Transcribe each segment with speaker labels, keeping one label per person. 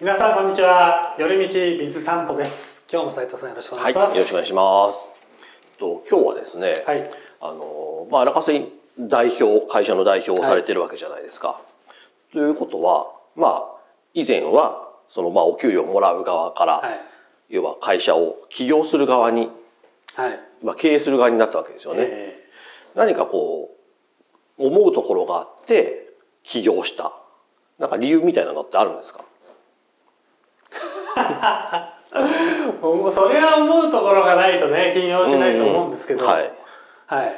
Speaker 1: 皆さんこんにちは寄り道ビズ散歩です今日も斉藤さんよろしくお願いします、
Speaker 2: よろしくお願いします。と今日はですね、
Speaker 1: はい
Speaker 2: あのまあ荒稼ぎ代表会社の代表をされてるわけじゃないですか。ということはまあ以前はそのまあお給料をもらう側から、
Speaker 1: は
Speaker 2: 要は会社を起業する側に
Speaker 1: いはい
Speaker 2: まあ経営する側になったわけですよね。
Speaker 1: え
Speaker 2: 何かこう思うところがあって起業したなんか理由みたいなのってあるんですか。
Speaker 1: ーもうそれは思うところがないとね金用しないと思うんですけど、
Speaker 2: はい。
Speaker 1: はい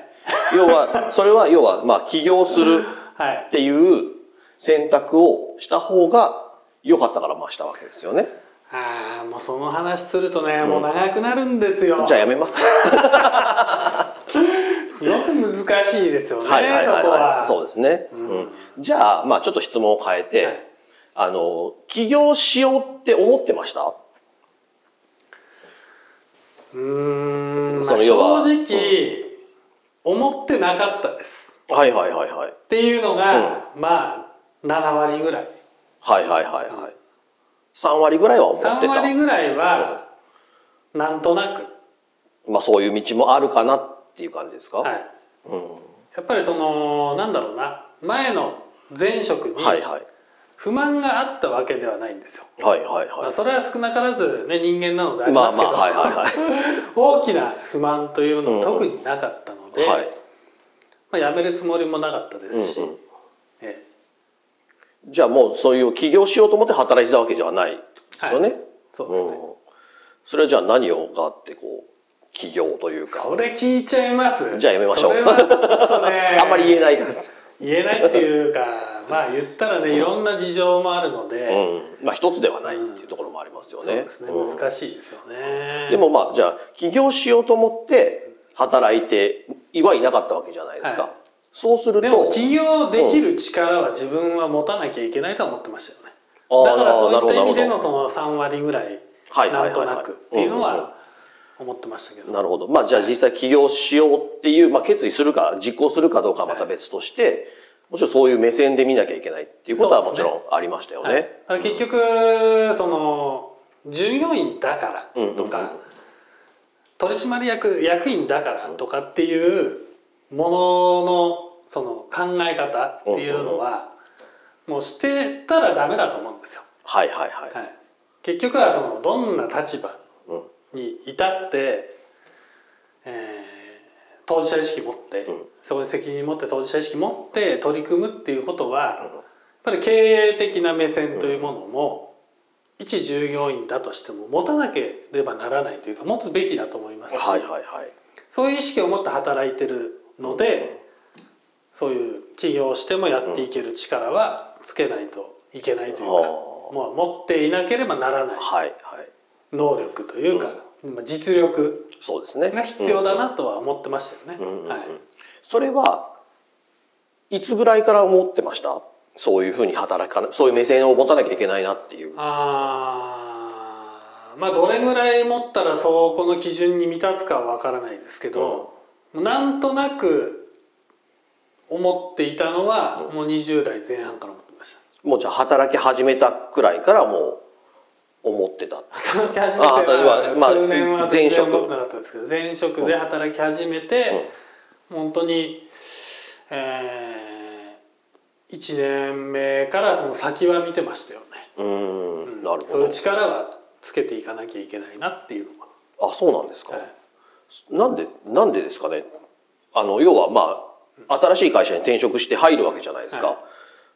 Speaker 2: 要はそれは要はまあ起業する。
Speaker 1: はい
Speaker 2: っていう選択をした方が良かったからまあしたわけですよね。
Speaker 1: ああもうその話するとね、もう長くなるんですよ
Speaker 2: じゃあやめます。
Speaker 1: すごく難しいですよね、
Speaker 2: はいはいはい
Speaker 1: そこ
Speaker 2: は。
Speaker 1: はい
Speaker 2: そうですね。うんじゃあまあちょっと質問を変えて、
Speaker 1: はい
Speaker 2: あの起業しようって思ってました？
Speaker 1: うーん、まあ、
Speaker 2: その要は
Speaker 1: 正直、思ってなかったです
Speaker 2: はいはいはいはい
Speaker 1: っていうのが、まあ7割ぐらい
Speaker 2: はいはいはいはい。三割ぐらいは思ってた。
Speaker 1: 3割ぐらいは、なんとなく
Speaker 2: まあそういう道もあるかなっていう感じですか？
Speaker 1: はい、やっぱりそのなんだろうな前の前職に
Speaker 2: はいはい
Speaker 1: 不満があったわけではないんですよ、
Speaker 2: はいはい
Speaker 1: ま
Speaker 2: は
Speaker 1: あそれは少なからず、ね、人間なのであ
Speaker 2: い。
Speaker 1: り
Speaker 2: ま
Speaker 1: ま
Speaker 2: あ
Speaker 1: すけ
Speaker 2: まあ
Speaker 1: ど、
Speaker 2: はいはいはい。
Speaker 1: 大きな不満というの
Speaker 2: うん
Speaker 1: は特になかったので、
Speaker 2: はい。
Speaker 1: まあ、やめるつもりもなかったですし、
Speaker 2: うんうん
Speaker 1: え
Speaker 2: じゃあもうそういう起業しようと思って働いてたわけではないってことですよね。
Speaker 1: はいえそうですね、
Speaker 2: んそれはじゃあ何をがあってこう起業というか
Speaker 1: それ聞いちゃいます
Speaker 2: じゃあやめましょう
Speaker 1: それはちょっとね
Speaker 2: あんまり言えないからです、
Speaker 1: 言えないっていうかまあ言ったらねいろんな事情もあるので、
Speaker 2: うん、まあ一つではないっていうところもありますよね。
Speaker 1: そうですね
Speaker 2: うん
Speaker 1: 難しいですよね
Speaker 2: でもまあじゃあ起業しようと思って働いてはいなかったわけじゃないですか。
Speaker 1: はい
Speaker 2: そうすると
Speaker 1: でも起業できる力は自分は持たなきゃいけないとは思ってましたよね
Speaker 2: あー
Speaker 1: だからそうい
Speaker 2: なるほ
Speaker 1: っ
Speaker 2: ど
Speaker 1: た意味で
Speaker 2: なる
Speaker 1: の
Speaker 2: ほ
Speaker 1: その3割ぐらい
Speaker 2: はいは
Speaker 1: な
Speaker 2: いはいは
Speaker 1: ん
Speaker 2: い
Speaker 1: となくっていうの
Speaker 2: うんうんうん
Speaker 1: は思ってましたけど、
Speaker 2: なるほど。まあじゃあ実際起業しようっていう、まあ決意するか実行するかどうかはまた別として、もちろんそういう目線で見なきゃいけないっていうことは
Speaker 1: そう
Speaker 2: も
Speaker 1: です
Speaker 2: ち
Speaker 1: ね
Speaker 2: ろんありましたよ
Speaker 1: はいだ
Speaker 2: ね。
Speaker 1: から結局、その従業員だからとか、
Speaker 2: うんうんうん
Speaker 1: 取締役役員だからとかっていうもののその考え方っていうのは、もうしてたらダメだと思うんですよ。
Speaker 2: はいはいはい。
Speaker 1: はい、結局はそのどんな立場
Speaker 2: うん
Speaker 1: に至って、えー当事者意識持って、
Speaker 2: うん
Speaker 1: そこに責任持って当事者意識持って取り組むっていうことは、やっぱり経営的な目線というものも、一従業員だとしても持たなければならないというか持つべきだと思いますし、
Speaker 2: はいはいはい。
Speaker 1: そういう意識を持って働いてるので、そういう起業してもやっていける力はつけないといけないというか、
Speaker 2: あー
Speaker 1: もう持っていなければならない
Speaker 2: はいはい。
Speaker 1: 能力というか、まあ実力
Speaker 2: そうですね。
Speaker 1: が必要だなとは思ってましたよね。
Speaker 2: うんうんうん
Speaker 1: はい、
Speaker 2: それはいつぐらいから思ってましたそういうふうに働かなそういう目線を持たなきゃいけないなっていう
Speaker 1: あーまあどれぐらい持ったらそこの基準に満たすかは分からないですけど、なんとなく思っていたのは、もう20代前半から思ってました。
Speaker 2: もうじゃあ働き始めたくらいからもう思ってた
Speaker 1: 働き始め
Speaker 2: ああ
Speaker 1: て
Speaker 2: とは
Speaker 1: は
Speaker 2: まあ
Speaker 1: 数年は全然
Speaker 2: 前職
Speaker 1: 思ってなかったですけど前職で働き始めて本当にえー1年目からその先は見てましたよね
Speaker 2: うーんなる
Speaker 1: そ
Speaker 2: ほ
Speaker 1: うい
Speaker 2: ど
Speaker 1: う力はつけていかなきゃいけないなっていうのは
Speaker 2: あそうなんですか、
Speaker 1: はい
Speaker 2: なんでなんでですかねあの要はまあ新しい会社に転職して入るわけじゃないですか、
Speaker 1: はい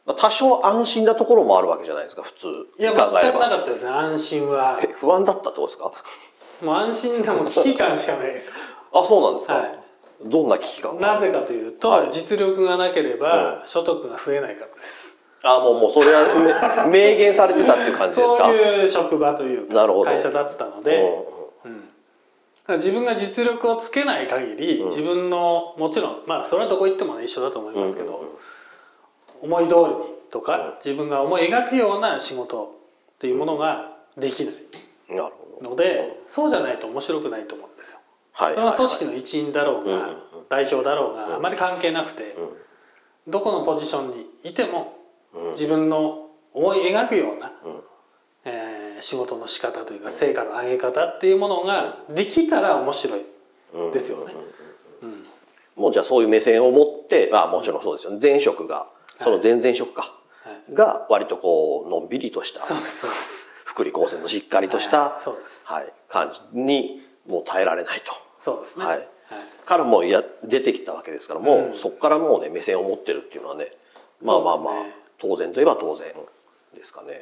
Speaker 2: まあ多少安心なところもあるわけじゃないですか普通
Speaker 1: いや
Speaker 2: 考え
Speaker 1: 全
Speaker 2: れ
Speaker 1: くな
Speaker 2: ば
Speaker 1: かったですね安心 は
Speaker 2: え不安だったってことですか
Speaker 1: もう安心でも危機感しかないです
Speaker 2: あそうなんですか、
Speaker 1: はい
Speaker 2: どんな危機感が
Speaker 1: なぜかという
Speaker 2: は
Speaker 1: と
Speaker 2: い
Speaker 1: 実力がなければ所得が増えないからです
Speaker 2: あもうもうそれはめ 明言されてたっていう感じですか
Speaker 1: そういう職場という
Speaker 2: な
Speaker 1: か
Speaker 2: るほど
Speaker 1: 会社だったので、だから自分が実力をつけない限り、自分のもちろんまあそれはどこ行ってもね一緒だと思いますけど、思い通りにとか、自分が思い描くような仕事っていうものができない
Speaker 2: うんなるほど
Speaker 1: ので、そうじゃないと面白くないと思うんですよ。
Speaker 2: はい
Speaker 1: それは組織の一員だろうが、代表だろうが、あまり関係なくて、どこのポジションにいても、自分の思い描くような、ええー仕事の仕方というか成果の上げ方っていうものができたら面白い
Speaker 2: うん
Speaker 1: ですよね。
Speaker 2: もうじゃあそういう目線を持って、まあもちろんそうですよね。前職が、その前々職か、
Speaker 1: はい
Speaker 2: が割とこう、のんびりとした、
Speaker 1: そうですそうです。
Speaker 2: 福利厚生のしっかりとし
Speaker 1: は
Speaker 2: た
Speaker 1: い、そうです。
Speaker 2: はい、感じにもう耐えられないと。
Speaker 1: そうですね。
Speaker 2: はい
Speaker 1: はい
Speaker 2: からもうや出てきたわけですから、もう、
Speaker 1: うん
Speaker 2: そこからもうね、目線を持ってるっていうのはね、まあまあまあ
Speaker 1: そうですね、
Speaker 2: 当然といえば当然ですかね。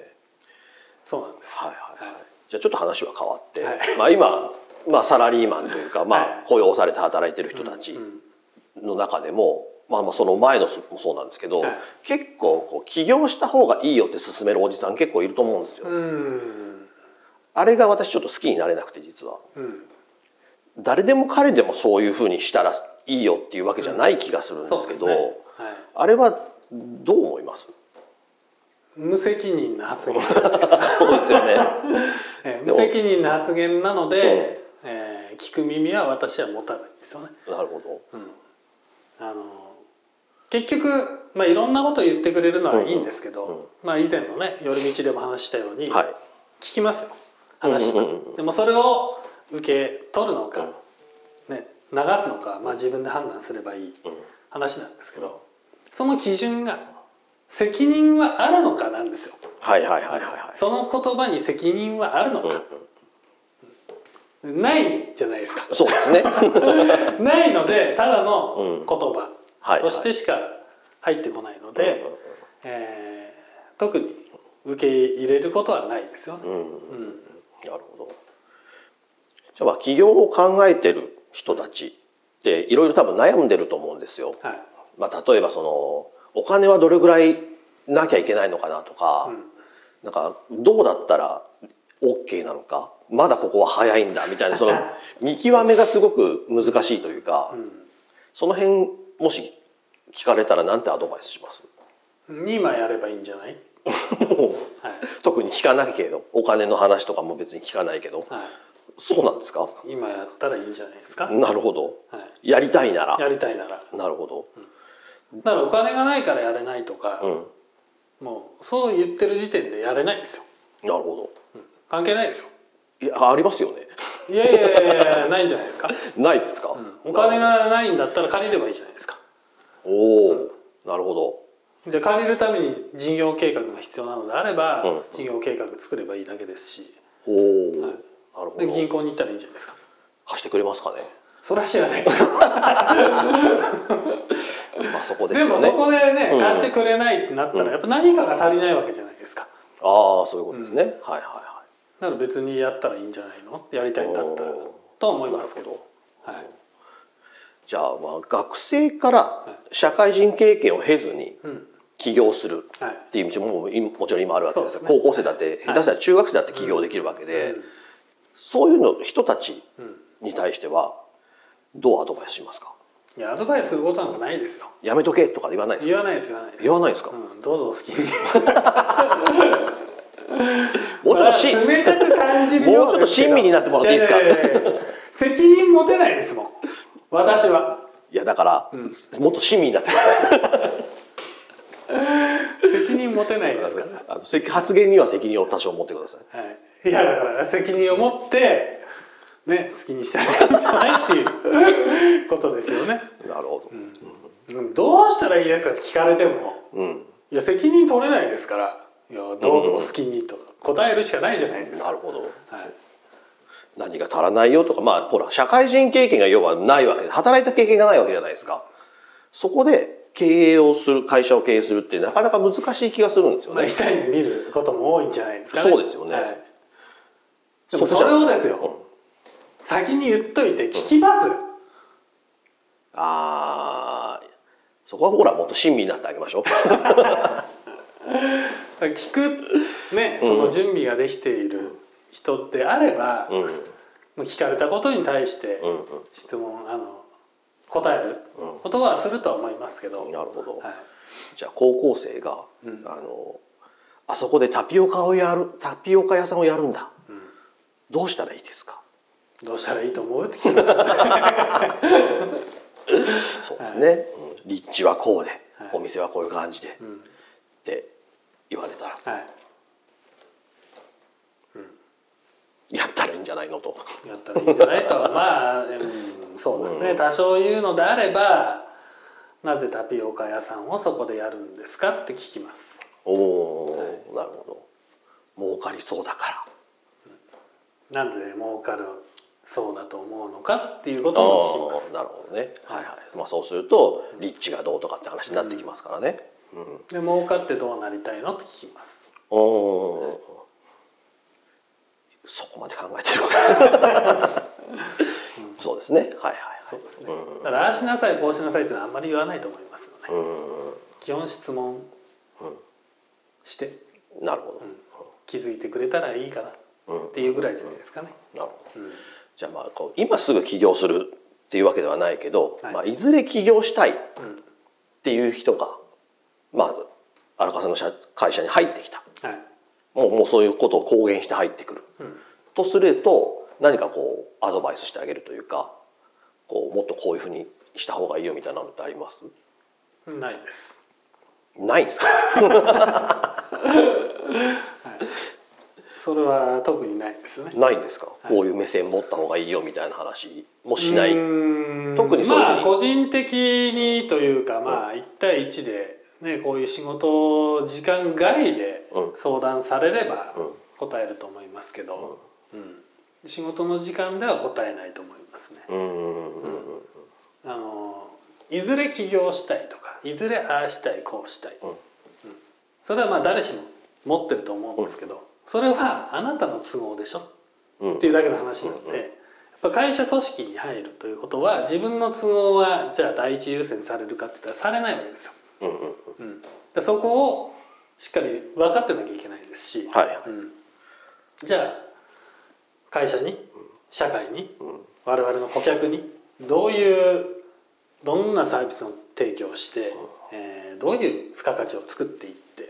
Speaker 1: そうなんです。
Speaker 2: はいはいはい
Speaker 1: はい。
Speaker 2: じゃあちょっと話は変わって、
Speaker 1: はい
Speaker 2: まあ今、まあサラリーマンというか、
Speaker 1: は
Speaker 2: まあ
Speaker 1: い
Speaker 2: 雇用されて働いてる人たち
Speaker 1: うん
Speaker 2: の中でも、まあまあその前のもそうなんですけど、
Speaker 1: はい
Speaker 2: 結構こう起業した方がいいよって勧めるおじさん結構いると思うんですよ。
Speaker 1: うん
Speaker 2: あれが私ちょっと好きになれなくて実は。
Speaker 1: うん
Speaker 2: 誰でも彼でもそういうふうにしたらいいよっていうわけじゃない気がするんですけ
Speaker 1: そう
Speaker 2: ど、
Speaker 1: ですね。はい。
Speaker 2: あれはどう思います
Speaker 1: 無責任な発言、
Speaker 2: そうです よね。
Speaker 1: えー
Speaker 2: で
Speaker 1: 無
Speaker 2: も
Speaker 1: 責任な発言なので、えー聞く耳は私は持たないんですよね。
Speaker 2: なるほど。
Speaker 1: あの結局、まあ、いろんなこと言ってくれるのはいいんですけど、
Speaker 2: うんうん
Speaker 1: まあ、以前のね「寄り道」でも話したように、
Speaker 2: はい。
Speaker 1: 聞きますよ話が、
Speaker 2: うんうんうんうん
Speaker 1: でもそれを受け取るのか、ね、流すのか、まあ、自分で判断すればいい
Speaker 2: うん
Speaker 1: 話なんですけど、その基準が責任はあるのかなんですよ。
Speaker 2: はいはいはいはいはい。
Speaker 1: その言葉に責任はあるの
Speaker 2: うんう
Speaker 1: か、
Speaker 2: ん
Speaker 1: ないじゃないですか
Speaker 2: そうですね。
Speaker 1: ないのでただ
Speaker 2: う
Speaker 1: の言
Speaker 2: ん
Speaker 1: 葉
Speaker 2: はい
Speaker 1: としてしか入ってこないので、えー特に受け入れることはないですよね。
Speaker 2: うんうん
Speaker 1: うん
Speaker 2: なるほど。じゃあまあ起業を考えてる人たちっていろいろ多分悩んでると思うんですよ。
Speaker 1: はい
Speaker 2: まあ例えばそのお金はどれぐらいなきゃいけないのかなとか、なんかどうだったら OK なのか、まだここは早いんだみたい なその見極めがすごく難しいというか、その辺もし聞かれたらなんてアドバイスします？
Speaker 1: うん、2枚やればいいんじゃない、はい
Speaker 2: 特に聞かないけど、お金の話とかも別に聞かないけど、
Speaker 1: は
Speaker 2: そうなんですか？
Speaker 1: い、今やったらいいんじゃないですか、は
Speaker 2: なるほど。
Speaker 1: い、
Speaker 2: やりたいなら。
Speaker 1: やりたいなら
Speaker 2: なるほど。
Speaker 1: だからお金がないからやれないとか
Speaker 2: う、ん。
Speaker 1: もうそう言ってる時点でやれないんですよ
Speaker 2: なるほ
Speaker 1: 関係ないですよ
Speaker 2: ど。いや、ありますよね。
Speaker 1: いやいやいやいやないんじゃないです か、
Speaker 2: ないですか。
Speaker 1: うん、お金がないんだったら借りればいいじゃないですか
Speaker 2: おお、なるほ
Speaker 1: じゃあ借りるために事業計画が必要なのであれば、
Speaker 2: うん
Speaker 1: 事業計画作ればいいだけですし
Speaker 2: ど。おお、なるほ
Speaker 1: で銀
Speaker 2: ど。
Speaker 1: 行に行ったらいいじゃないですか
Speaker 2: 貸してくれますかね。
Speaker 1: それは知らないですよ
Speaker 2: まあ、そこで
Speaker 1: で
Speaker 2: すよね。
Speaker 1: もそこで
Speaker 2: う
Speaker 1: ね
Speaker 2: ん
Speaker 1: 貸してくれないってなったらやっぱ何かが足りないわけじゃないですか
Speaker 2: ああ、そういうことですね。はいはいは
Speaker 1: だから別にやったらいいんじゃないのやりたいんだったら
Speaker 2: おー
Speaker 1: とは思いますけどはい
Speaker 2: い。じゃあ、まあ、学生から社会人経験を経ずに
Speaker 1: ん
Speaker 2: 起業する。
Speaker 1: はい
Speaker 2: っていう道ももう今もちろん今あるわけです
Speaker 1: そうですね
Speaker 2: よ高校生だって下手したら中学生だって起業できるわけで、
Speaker 1: うん
Speaker 2: そういうの人たちに対してはどうアドバイスしますか
Speaker 1: いやアドバイスすることなんかないですよ
Speaker 2: やめとけとか言わないですか
Speaker 1: 言わないです言わないです
Speaker 2: 言わないですか
Speaker 1: うん、どうぞお好きに
Speaker 2: もうちょっとし
Speaker 1: 冷たく感じるよ
Speaker 2: もうちょっと親身になってもらっていいですか
Speaker 1: やややいや責任持てないですもん私はい
Speaker 2: やだから、もっと市民になってください
Speaker 1: 責任持てないですから
Speaker 2: あのせき発言には責任を多少持ってください
Speaker 1: はい、いやだから責任を持ってね好きにしたらいいんじゃないっていうことですよね、
Speaker 2: なるほど、うん
Speaker 1: うんどうしたらいいですかって聞かれてもいや責任取れないですからいやどうぞお好きにと答えるしかないじゃないですか、
Speaker 2: なるほど
Speaker 1: はい、
Speaker 2: 何が足らないよとかまあほら社会人経験が要はないわけで働いた経験がないわけじゃないですかそこで経営をする会社を経営するってなかなか難しい気がするんですよ
Speaker 1: まあ
Speaker 2: ね、
Speaker 1: 痛い目見ることも多いんじゃないですかね
Speaker 2: そうですよね
Speaker 1: はい、でもそれをですよ先に言っといて聞きます、
Speaker 2: ああーそこはほらもっと親身になってあげましょう
Speaker 1: 聞くねその準備ができている人であれば、
Speaker 2: うんうん
Speaker 1: もう聞かれたことに対して
Speaker 2: うん
Speaker 1: 質問、あの答えることはするとは思いますけど、
Speaker 2: なるほど、
Speaker 1: はい、
Speaker 2: じゃあ高校生が、あのあそこでタピオカをやるタピオカ屋さんをやるんだ、どうしたらいいですか
Speaker 1: どうしたらいいと思うって聞きます、はい
Speaker 2: そうですね、うん立地はこうで、お店はこういう感じで、って言われたら
Speaker 1: はい
Speaker 2: んじゃないのと。
Speaker 1: やったらいいんじゃないとまあ、うんそうですね、多少言うのであればなぜタピオカ屋さんをそこでやるんですかって聞きます
Speaker 2: おお、なるほど。儲かりそうだから。
Speaker 1: なんで儲かるそうだと思うのかっていうことも聞きま
Speaker 2: あー
Speaker 1: す
Speaker 2: なるほどね。
Speaker 1: はい
Speaker 2: はいはい。まあそうすると立地がどうとかって話になってきますからね。うん。
Speaker 1: で儲かってどうなりたいのって聞きます
Speaker 2: おお。そこまで考えてる。そうですね。はいはいはい。
Speaker 1: そうですね、
Speaker 2: うん
Speaker 1: だからああしなさいこうしなさいっていうのはあんまり言わないと思いますので、
Speaker 2: う
Speaker 1: 基本質問
Speaker 2: うん
Speaker 1: して
Speaker 2: ん。なるほ
Speaker 1: 気づいてくれたらいいかなっ
Speaker 2: ど。うん。
Speaker 1: ていうぐらいじゃないですかね、
Speaker 2: なるほど。
Speaker 1: うん
Speaker 2: じゃあまあこう今すぐ起業するっていうわけではないけど、
Speaker 1: はい
Speaker 2: いまあ、いずれ起業したいっ
Speaker 1: うん
Speaker 2: ていう人が、まあ、荒川さんの社会社に入ってきた
Speaker 1: はい
Speaker 2: もうもうそういうことを公言して入ってくる、
Speaker 1: うん
Speaker 2: とすると何かこうアドバイスしてあげるというかこうもっとこういうふうにした方がいいよみたいなのってあります
Speaker 1: ないです
Speaker 2: ない んですか
Speaker 1: それは特にないですね
Speaker 2: ないんですか、こういう目線持った方がいいよみたいな話もしないう
Speaker 1: ーん
Speaker 2: 特にそういうふうに
Speaker 1: まあ個人的にというかまあ1対1で、ね、こういう仕事を時間外で
Speaker 2: うん
Speaker 1: 相談されれば
Speaker 2: うん
Speaker 1: 答えると思いますけど、うん仕事の時間では答えないと思いますね。
Speaker 2: うんうんうん
Speaker 1: あのいずれ起業したいとかいずれああしたいこうしたい、
Speaker 2: うん
Speaker 1: うんそれはまあ誰しも持ってると思うんですけど、それはあなたの都合でしょ
Speaker 2: うん
Speaker 1: っていうだけの話なので、やっぱ会社組織に入るということは自分の都合はじゃあ第一優先されるかって言ったらされないわけですよ。
Speaker 2: うんうんうん
Speaker 1: うん、でそこをしっかり分かってなきゃいけないですし、
Speaker 2: はいはい
Speaker 1: うん、じゃあ会社に社会に我々の顧客にどういうどんなサービスの提供をして、えーどういう付加価値を作っていって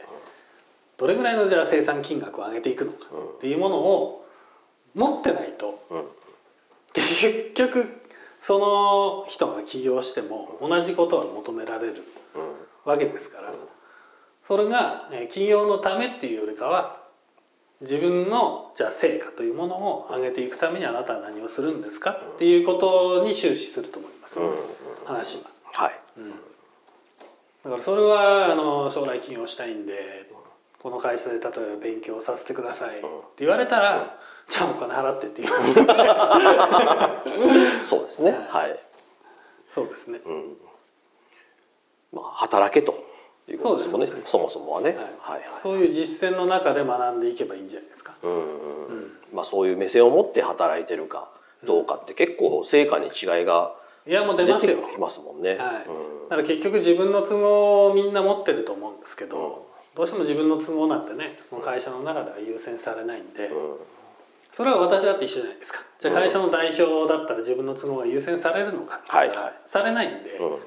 Speaker 1: どれぐらいのじゃあ生産金額を上げていくのかっていうものを持ってないと
Speaker 2: うん
Speaker 1: 結局その人が起業しても同じことは求められるわけですからそれがえー起業のためっていうよりかは自分のじゃあ成果というものを上げていくためにあなたは何をするんですかっていうことに終始すると思います、
Speaker 2: うんうん
Speaker 1: 話は。
Speaker 2: はい
Speaker 1: だからそれはあの将来起業したいんでこの会社で例えば勉強させてくださいって言われたら、じゃあお金払ってって言いますよ
Speaker 2: そうですねはい
Speaker 1: そうですね、
Speaker 2: まあ、働けということですもんね
Speaker 1: そうで
Speaker 2: そ
Speaker 1: す
Speaker 2: もそもはね、はいはい
Speaker 1: そういう実践の中で学んでいけばいいんじゃないですか。
Speaker 2: うんうんまあ、そういう目線を持って働いてるかどうかって結構成果に違いが
Speaker 1: いやもう出
Speaker 2: 出
Speaker 1: ます
Speaker 2: て
Speaker 1: よ。
Speaker 2: きますもんね。
Speaker 1: はい。
Speaker 2: うん
Speaker 1: だから結局自分の都合をみんな持ってると思うんですけど、どうしても自分の都合なんてね、その会社の中では優先されないんで、それは私だって一緒じゃないですか。じゃあ会社の代表だったら自分の都合が優先されるのかって言ったら、
Speaker 2: はいはい
Speaker 1: されないんで、だ
Speaker 2: うん
Speaker 1: か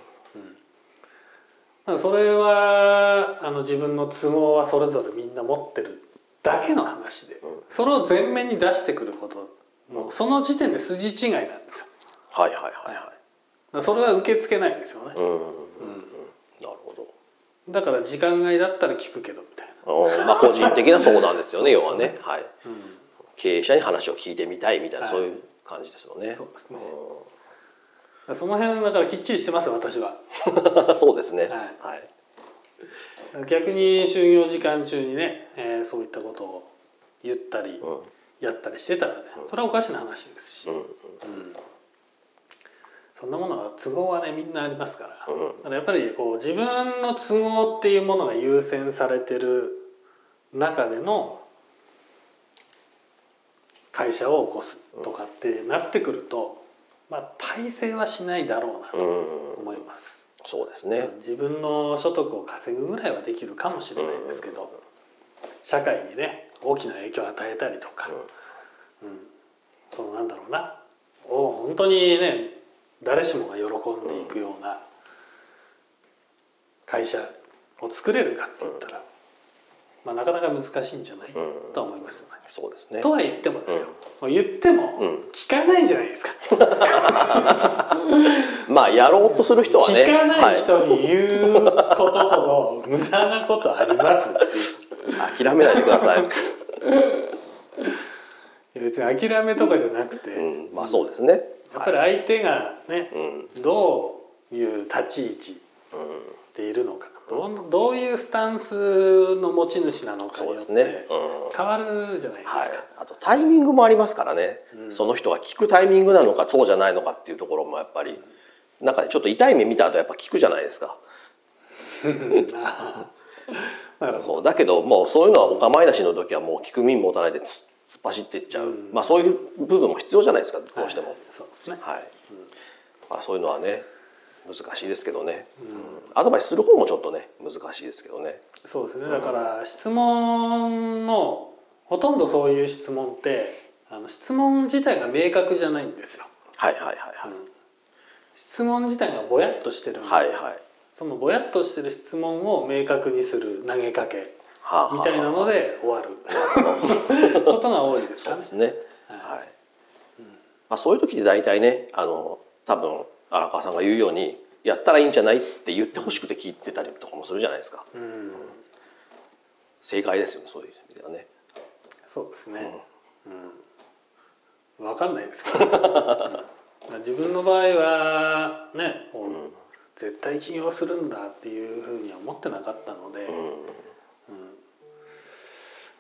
Speaker 1: らそれはあの自分の都合はそれぞれみんな持ってるだけの話で、それを前面に出してくること、もうその時点で筋違いなんですよ。
Speaker 2: はいはいはい
Speaker 1: はいはい、だ
Speaker 2: は
Speaker 1: か
Speaker 2: い。
Speaker 1: らそれは受け付けないですよね、
Speaker 2: うんうんうんなるほど
Speaker 1: だから時間外だったら聞くけどみたいな。
Speaker 2: うんまあ、個人的な相談ですよね要は
Speaker 1: そうです
Speaker 2: ね、はい経営者に話を聞いてみたいみたいな、
Speaker 1: はい
Speaker 2: そういう感じですよね。
Speaker 1: そうですねその辺だからきっちりしてますよ私は
Speaker 2: うん そうですね、
Speaker 1: い
Speaker 2: はい
Speaker 1: 逆に就業時間中にね、えーそういったことを言ったり
Speaker 2: うん
Speaker 1: やったりしてたらねそれはおかしな話ですし、
Speaker 2: うん
Speaker 1: そんなものは都合はねみんなありますから、
Speaker 2: うん
Speaker 1: だからやっぱりこう自分の都合っていうものが優先されてる中での会社を起こすとかってなってくると、まあ体制はしないだろうなと
Speaker 2: うんうん
Speaker 1: 思います。
Speaker 2: そうですね、
Speaker 1: 自分の所得を稼ぐぐらいはできるかもしれないんですけど社会にね大きな影響を与えたりとか、うん、そのなんだろうなお本当にね誰しもが喜んでいくような会社を作れるかって言ったら、まあ、なかなか難しいんじゃない
Speaker 2: ん
Speaker 1: とは思いますよね。
Speaker 2: そうですね
Speaker 1: とは言ってもですよ、もう言っても聞かないじゃないですか、
Speaker 2: まあやろうとする人はね
Speaker 1: 聞かない
Speaker 2: は
Speaker 1: 人に言うことほど無駄なことありますっていう
Speaker 2: い、諦めないでください
Speaker 1: 言別に諦めとかじゃなくて、
Speaker 2: うん、まあそうですね。
Speaker 1: やっぱり相手がね、
Speaker 2: はい、うん、
Speaker 1: どういう立ち位置
Speaker 2: うん、
Speaker 1: でいるのかどうどういうスタンスの持ち主なのかに
Speaker 2: そ
Speaker 1: よ
Speaker 2: うで
Speaker 1: っ
Speaker 2: す
Speaker 1: て、
Speaker 2: ね。うん、
Speaker 1: 変わるじゃないですか、
Speaker 2: はい。あとタイミングもありますからね。
Speaker 1: うん
Speaker 2: その人が聞くタイミングなのかそうじゃないのかっていうところもやっぱり、なんかねちょっと痛い目見た後やっぱ聞くじゃないですか。
Speaker 1: あーなるほど
Speaker 2: そうだけどもうそういうのはお構いなしの時はもう聞く耳持たないでつ突っ走っていっちゃう、
Speaker 1: うん
Speaker 2: まあそういう部分も必要じゃないですかどうしても
Speaker 1: はい、そうですね、
Speaker 2: はいまあ、そういうのはね難しいですけどね、うんアドバイスする方もちょっとね難しいですけどね
Speaker 1: そうですねだから質問のほとんどそういう質問ってあの質問自体が明確じゃないんですよ、
Speaker 2: はいはいはい
Speaker 1: 質問自体がぼやっとしてるんで、
Speaker 2: はいはいはい
Speaker 1: そのぼやっとしてる質問を明確にする投げかけ
Speaker 2: はあはあ
Speaker 1: みたいなので終わ ることが多いですか
Speaker 2: そう
Speaker 1: ね
Speaker 2: で。すねはい、まあ、そういう時で大体ねあの多分荒川さんが言うようにやったらいいんじゃないって言ってほしくて聞いてたりとかもするじゃないですか
Speaker 1: うん、
Speaker 2: 正解ですよねそういう意味ではね
Speaker 1: そうですね。うん、わかんないですけど、ねうん自分の場合はね、こう絶対起業するんだっていうふうには思ってなかったので、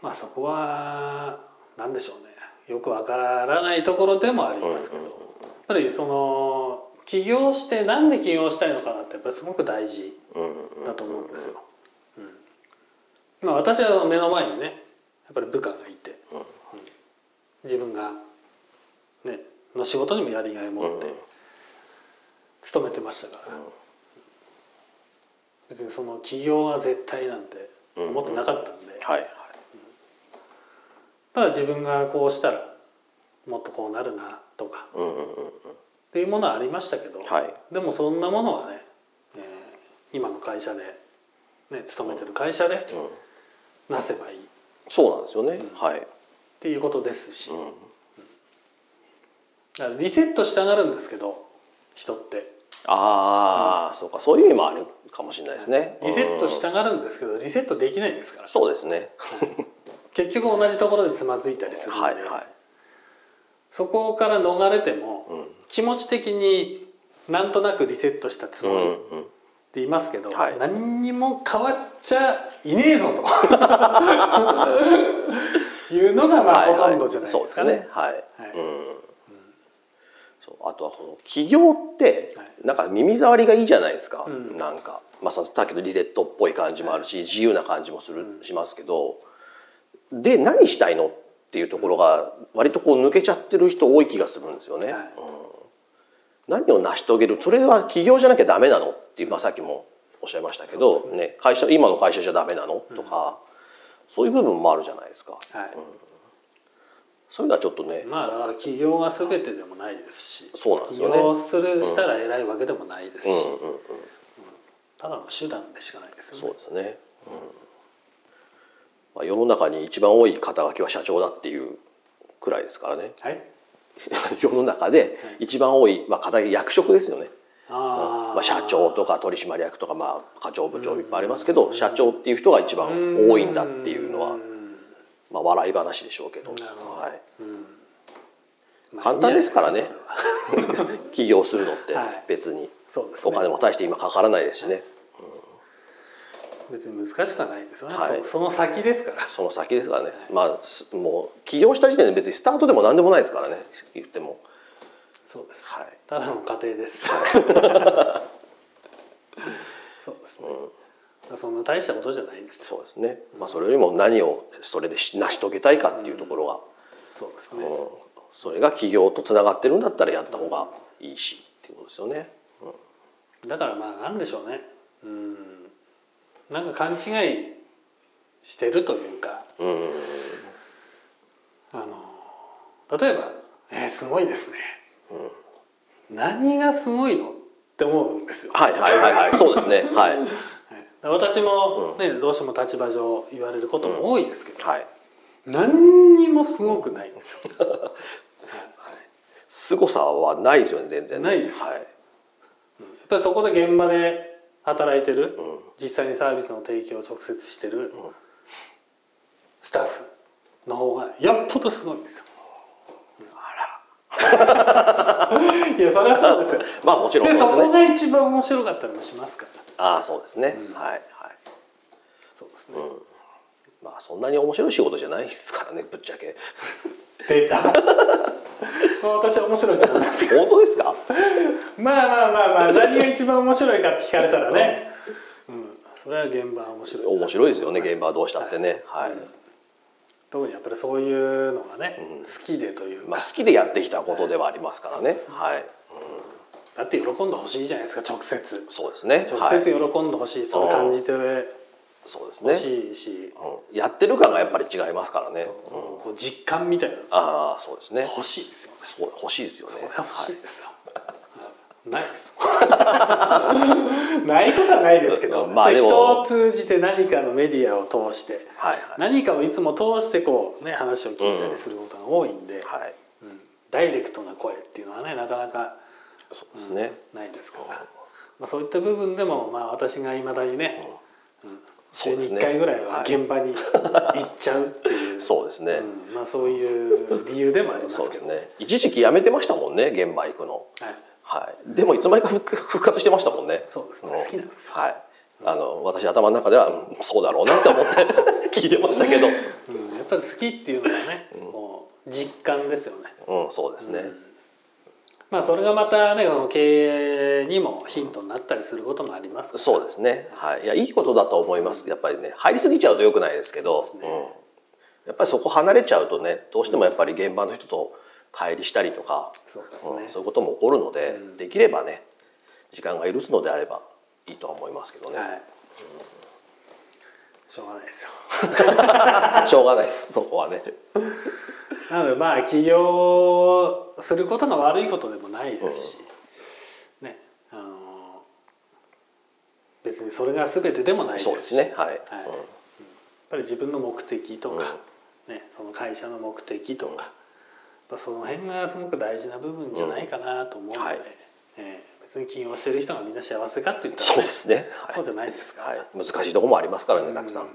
Speaker 1: まあそこはなんでしょうね。よくわからないところでもありますけど、
Speaker 2: うんう
Speaker 1: や
Speaker 2: ん
Speaker 1: っぱりその起業してなんで起業したいのかなってやっぱりすごく大事。
Speaker 2: うんうん
Speaker 1: だと思うんですよ。うんまあ、私は目の前にねやっぱり部下がいて、うん自分が、ね、の仕事にもやりがいを持って
Speaker 2: うん
Speaker 1: 勤めてましたから、別にその起業は絶対なんて思ってなかったんで、
Speaker 2: はいはい
Speaker 1: ただ自分がこうしたらもっとこうなるなとか
Speaker 2: うんうんうん
Speaker 1: っていうものはありましたけど、
Speaker 2: はい
Speaker 1: でもそんなものはね、えー今の会社で、ね、勤めてる会社で
Speaker 2: うん
Speaker 1: なせばいい。
Speaker 2: そうなんですよね、はい、
Speaker 1: っていうことですし、
Speaker 2: うん、
Speaker 1: だからリセットしたがるんですけど人って
Speaker 2: ああ、そうかそういう意味もあるかもしれないですね
Speaker 1: リセットし
Speaker 2: うん
Speaker 1: たがるんですけどリセットできないですから
Speaker 2: そうですね
Speaker 1: 結局同じところでつまずいたりするので、
Speaker 2: はいはい
Speaker 1: そこから逃れても、
Speaker 2: うん
Speaker 1: 気持ち的になんとなくリセットしたつ
Speaker 2: う
Speaker 1: もりっ
Speaker 2: んうん
Speaker 1: ていますけど、
Speaker 2: はい
Speaker 1: 何にも変わっちゃいねえぞ というのがまあほとんどじゃないですかね。
Speaker 2: そうですねはい、
Speaker 1: はい
Speaker 2: うんそうあとはこの起業って
Speaker 1: は
Speaker 2: なんか耳障りがいいじゃないですか、
Speaker 1: うん
Speaker 2: なんか、まあ、ささっきのリセットっぽい感じもあるし、自由な感じもする、しますけどで何したいのっていうところが割とこう抜けちゃってる人多い気がするんですよね、
Speaker 1: はい
Speaker 2: うん何を成し遂げるそれは起業じゃなきゃダメなのっていう、まあ、さっきもおっしゃいましたけ
Speaker 1: そ
Speaker 2: ど、
Speaker 1: う
Speaker 2: ね会社今の会社じゃダメなのとか、そういう部分もあるじゃないですか
Speaker 1: はい
Speaker 2: そういうのはちょっとね、
Speaker 1: まあだから起業は全てでもないですし
Speaker 2: そうなんですよね
Speaker 1: 起業するしたら偉いわけでもないですし、
Speaker 2: うんうんうん
Speaker 1: ただの手段でしかないですよ
Speaker 2: そう
Speaker 1: ね
Speaker 2: ですね、うんまあ、世の中に一番多い肩書きは社長だっていうくらいですからね
Speaker 1: はい
Speaker 2: 世の中で一番多い、まあ、肩書き役職ですよね、
Speaker 1: あー
Speaker 2: まあ、社長とか取締役とか、まあ、課長部長いっぱいありますけど、社長っていう人が一番多いんだっていうのは、
Speaker 1: うん
Speaker 2: まあ、笑い話でしょうけど
Speaker 1: なるほど
Speaker 2: はい、
Speaker 1: まあ
Speaker 2: 簡単ですからね
Speaker 1: いいんじゃないで
Speaker 2: 起業するのって
Speaker 1: はい
Speaker 2: 別に
Speaker 1: すかそれはそうです
Speaker 2: お
Speaker 1: ね
Speaker 2: 金も大して今かからないですしね
Speaker 1: 別に難しくはないですよね、
Speaker 2: はい
Speaker 1: そその先ですから
Speaker 2: その先ですからね、まあすもう起業した時点で別にスタートでも何でもないですからね言っても。
Speaker 1: そうです、
Speaker 2: はい
Speaker 1: ただの過程です そうですね、そんな大したことじゃないですよ
Speaker 2: そうですね、まあ、それよりも何をそれでし成し遂げたいかっていうところ
Speaker 1: そうです
Speaker 2: が、
Speaker 1: ね、
Speaker 2: うんそれが企業とつながってるんだったらやった方がいいしっていうことですよね。
Speaker 1: だからまあなんでしょうねうんなんか勘違いしてるというか
Speaker 2: うん、うん
Speaker 1: あの例えば「えーすごいですね」何がすごいの?」って思うんですよ。
Speaker 2: はいはいはいはいそうですねはい
Speaker 1: はい私も、ねどうしても立場上言われることも多いですけど、
Speaker 2: はい
Speaker 1: 何にもすごくないんですよ。
Speaker 2: 凄さはないですよね全然ね
Speaker 1: ないです
Speaker 2: はい
Speaker 1: やっぱりそこで現場で働いてる、
Speaker 2: ん
Speaker 1: 実際にサービスの提供を直接してるスタッフの方がやっぽどすごいんですよ。いやそれはそうですよ
Speaker 2: まあもちろん
Speaker 1: で
Speaker 2: そ
Speaker 1: そう
Speaker 2: です
Speaker 1: こ
Speaker 2: ね。
Speaker 1: が一番面白かったりもしますから
Speaker 2: ああそうですね。はいはい。
Speaker 1: そうですね、
Speaker 2: うん。まあそんなに面白い仕事じゃないですからねぶっちゃけ。
Speaker 1: 出た私は面白いと思います
Speaker 2: 本当ですか？
Speaker 1: まあまあまあまあ何が一番面白いかって聞かれたらね、うん、それは現場は面白い
Speaker 2: 面白いですよね現場はどうしたってね。はい。
Speaker 1: 特にやっぱりそういうのがね、
Speaker 2: うん
Speaker 1: 好きでというか、
Speaker 2: まあ好きでやってきたことではありますからね。はい。
Speaker 1: だって喜んでほしいじゃないですか直接
Speaker 2: そうですね。
Speaker 1: 直接
Speaker 2: はい、
Speaker 1: 喜んでほしい、その感じて
Speaker 2: そうです
Speaker 1: ほ
Speaker 2: ね。
Speaker 1: しいし、
Speaker 2: うんやってる感がやっぱり違いますからね。うん
Speaker 1: こう実感みたいなの
Speaker 2: ああそうですね。
Speaker 1: 欲しいですよね
Speaker 2: そう欲しいですよね。
Speaker 1: これ欲しいですよ、ないです もんないことはないですけど、
Speaker 2: まあでも
Speaker 1: 人を通じて何かのメディアを通して
Speaker 2: はいはい
Speaker 1: 何かをいつも通してこうね話を聞いたりすることが多いんで、
Speaker 2: はい。はい、
Speaker 1: うんダイレクトな声っていうのはねなかなか
Speaker 2: そうですね。
Speaker 1: ないですから、まあ、そういった部分でも、まあ、私がいまだにね、うん週
Speaker 2: そうで
Speaker 1: に
Speaker 2: すね
Speaker 1: 1回ぐらいは現場に行っちゃうっていう
Speaker 2: そうですね。
Speaker 1: うんまあ、そういう理由でもありま
Speaker 2: そ
Speaker 1: す
Speaker 2: う
Speaker 1: け
Speaker 2: です
Speaker 1: ど、
Speaker 2: ね。一時期やめてましたもんね現場行くの。
Speaker 1: はい、
Speaker 2: はい。でもいつの間にか復復活してましたもんね。
Speaker 1: そうですね
Speaker 2: ん
Speaker 1: 好きなんですよ
Speaker 2: はい。あの私頭の中ではうんそうだろうなって思って聞いて ましたけど。
Speaker 1: うん、やっぱり好きっていうのはね、こう実感ですよね。
Speaker 2: うんそうですね。
Speaker 1: まあ、それがまたねこの経営にもヒントになったりすることもありますから
Speaker 2: そうですね。はい。いやいいことだと思います。やっぱりね入りすぎちゃうと良くないですけど。
Speaker 1: そうですね
Speaker 2: うんやっぱりそこ離れちゃうとねどうしてもやっぱり現場の人と乖離したりとか、
Speaker 1: そうです
Speaker 2: うん
Speaker 1: ね
Speaker 2: そういうことも起こるので、できればね時間が許すのであればいいとは思いますけどね、
Speaker 1: はいしょうがないですよ
Speaker 2: しょうがないですそこはね
Speaker 1: なのでまあ起業することが悪いことでもないですし、ねあの別にそれが全てでもないですし
Speaker 2: そうですねはい、
Speaker 1: はい
Speaker 2: うん
Speaker 1: やっぱり自分の目的とか、ね、その会社の目的とか、やっぱその辺がすごく大事な部分じゃないかなと思うので、
Speaker 2: うんはい
Speaker 1: えー別に起業してる人がみんな幸せかって言ったら、ね、
Speaker 2: そうですね、はい、
Speaker 1: そうじゃないですから、
Speaker 2: はい、難しいとこもありますからねたくさん、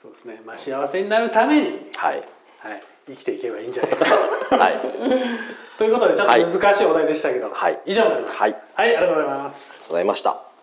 Speaker 1: そうですね、まあ、幸せになるために、
Speaker 2: はい
Speaker 1: はい、生きていけばいいんじゃない ですか。
Speaker 2: はいありがとう
Speaker 1: ということでちょっ
Speaker 2: はい
Speaker 1: と難しいお題でしたけど、
Speaker 2: はい
Speaker 1: 以上になります。
Speaker 2: はい
Speaker 1: はい、ありがとうございます。
Speaker 2: ございました